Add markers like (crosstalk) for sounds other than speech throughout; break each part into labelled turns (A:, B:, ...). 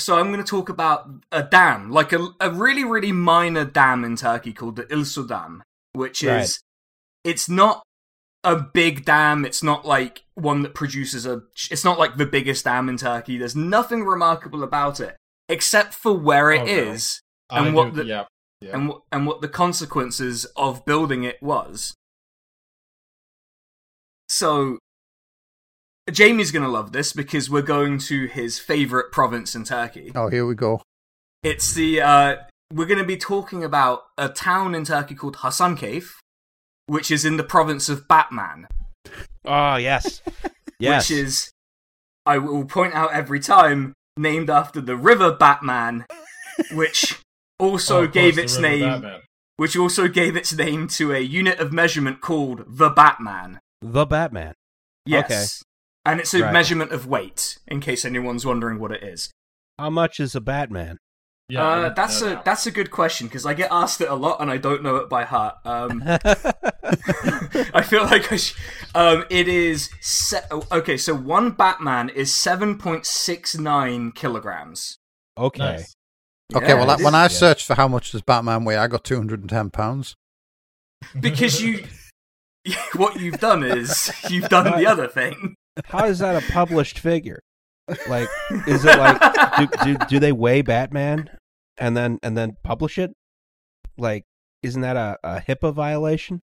A: So I'm going to talk about a dam, like a, a really, really minor dam in Turkey called the İlsu Dam, which is
B: Right.
A: it's not a big dam. It's not like one that produces a. It's not like the biggest dam in Turkey. There's nothing remarkable about it except for where it
C: Oh,
A: is
C: no.
A: And
C: I
A: what
C: do-
A: the-
C: yeah. Yeah.
A: and wh- and what the consequences of building it was. So Jamie's going to love this because we're going to his favorite province in Turkey.
B: Oh, here we go.
A: It's the uh, we're going to be talking about a town in Turkey called Hasankeyf, which is in the province of Batman,
D: Oh yes,
A: (laughs)
D: yes.
A: which is I will point out every time named after the river
D: (laughs)
A: Batman, which also
C: Oh, of
A: gave
C: course,
A: its
C: the River
A: name
C: Batman.
A: which also gave its name to a unit of measurement called the Batman.
D: the Batman.
A: Yes.
D: Okay.
A: And it's a
D: Right.
A: measurement of weight, in case anyone's wondering what it is.
D: How much is a
A: (laughs)
D: Batman?
C: Yeah, I
A: uh,
C: don't
A: that's
C: know
A: a
C: now.
A: that's a good question because I get asked it a lot and I don't know it by heart. Um, I feel like I sh- um, it is se- oh, okay. So one Batman is seven point six nine kilograms.
D: okay.
C: Nice.
B: Okay,
A: Yeah,
B: well, that,
A: it
B: when
A: is.
B: I searched for how much does Batman weigh, I got two hundred and ten pounds.
A: because you (laughs) what you've done is you've done the other thing.
D: How is that a published figure? Like, is
A: (laughs)
D: it like do, do do they weigh Batman and then and then publish it? Like, isn't that a, a HIPAA violation?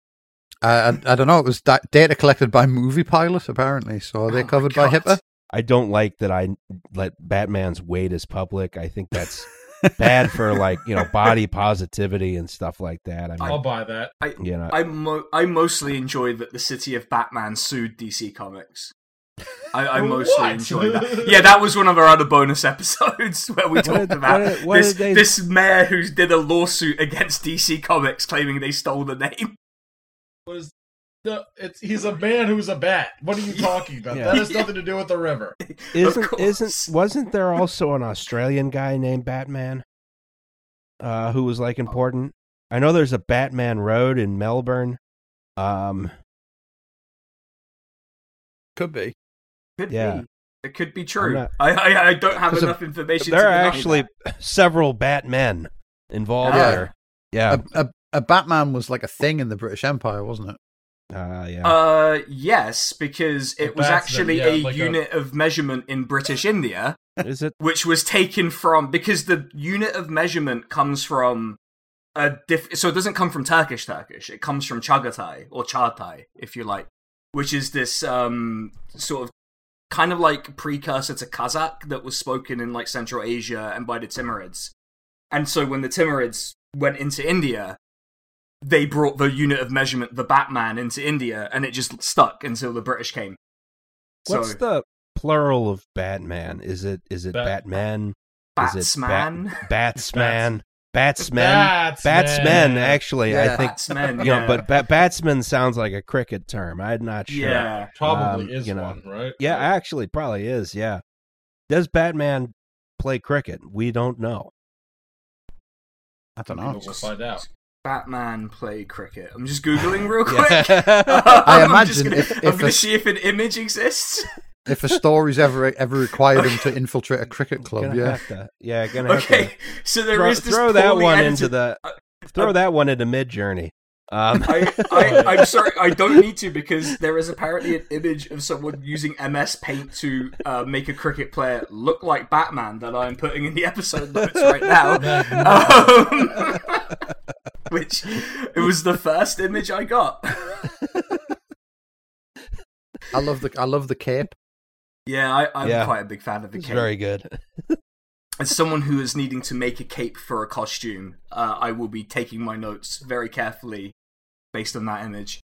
B: Uh, I, I don't know. It was da- data collected by Movie Pilot, apparently. So are
A: Oh
B: they
A: my
B: covered by
A: God.
B: HIPAA?
D: I don't like that. I let Batman's weight is public. I think that's bad for like you know
A: (laughs)
D: body positivity and stuff like that. I
C: I'll
D: mean,
C: buy that.
D: you know,
A: I mo- I mostly enjoy that the city of Batman sued DC Comics. I, I mostly
C: What?
A: enjoy that. Yeah, that was one of our other bonus episodes (laughs) where we talked
D: did-
A: about
D: what did- what
A: this,
D: did they-
A: this mayor who did a lawsuit against DC Comics claiming they stole the name.
C: What is the? It's he's a man who's a bat.
D: (laughs)
C: What are you talking about?
D: Yeah.
C: That has nothing to do with the river.
D: isn't
A: course.
D: isn't wasn't there also an Australian guy named Batman uh, who was like
A: Oh.
D: important? I know there's a Batman Road in Melbourne. Um,
B: Could be.
A: Could
D: Yeah.
A: be. It could be true.
D: not-
A: I, I I don't
D: (laughs)
A: have
B: There's a-
A: enough information.
D: there
A: to
D: are
A: deny
D: actually
A: that.
D: several Batmen involved
A: Yeah.
D: there.
C: Uh,
D: Yeah,
B: A, a, a Batman was like a thing in the British Empire, wasn't it?
D: uh, yeah.
A: Uh, yes, because it
C: A
A: was
C: batsman,
A: actually
C: yeah,
A: a
C: like a-
A: unit of measurement in British India.
D: Is it?
A: which was taken from because the unit of measurement comes from a diff so it doesn't come from Turkish Turkish it comes from Chagatai or Chagtai if you like which is this um sort of kind of like precursor to Kazakh that was spoken in like Central Asia and by the Timurids and so when the Timurids went into India they brought the unit of measurement the batman into India and it just stuck until the British came
D: What's
A: so
D: the plural of Batman? Is it is it
C: Bat-
D: Batman? Is it
A: batsman
D: Bat- Batsman? Batsmen?
C: Bats,
D: Batsmen. Actually, I
B: Yeah.
D: think
A: batsman
D: (laughs) you
A: yeah.
D: know, but ba- batsman sounds like a cricket term. I'm not sure.
A: yeah
C: probably
D: Um,
C: is
D: you know.
C: one, right?
D: Yeah, actually, probably is. Yeah. Does Batman play cricket? We
A: (laughs)
D: don't know.
B: I don't
C: Maybe
B: know.
C: we'll find out.
A: Batman play cricket. I'm just
D: (laughs)
A: googling real quick.
D: Yeah.
A: (laughs) I'm
B: imagine
A: just gonna,
B: if-
A: I'm going
B: if
A: to
B: a-
A: see if an image exists. (laughs)
B: If a story's ever ever required him (laughs) to infiltrate a cricket club,
D: Gonna
B: yeah.
D: have to- yeah, gonna
A: Oh,
D: have
A: Okay, so (laughs)
D: to
A: there
D: throw,
A: is this
D: throw that
A: poorly
D: one
A: edited-
D: into the
A: uh,
D: throw
A: uh,
D: that one into mid journey. Um,
A: (laughs)
D: (laughs)
A: I, I, I'm sorry, I don't need to because there is apparently an image of someone using MS Paint to uh, make a cricket player look like Batman that I'm putting in the episode notes right
D: (laughs)
A: now. Um, (laughs) which it was the first image I got. (laughs)
B: I love the I love the cape.
A: Yeah, I, I'm
D: Yeah.
A: quite a big fan of the
D: it's
A: game.
D: very good.
A: As someone who is needing to make a cape for a costume, uh, I will be taking my notes very carefully based on that image.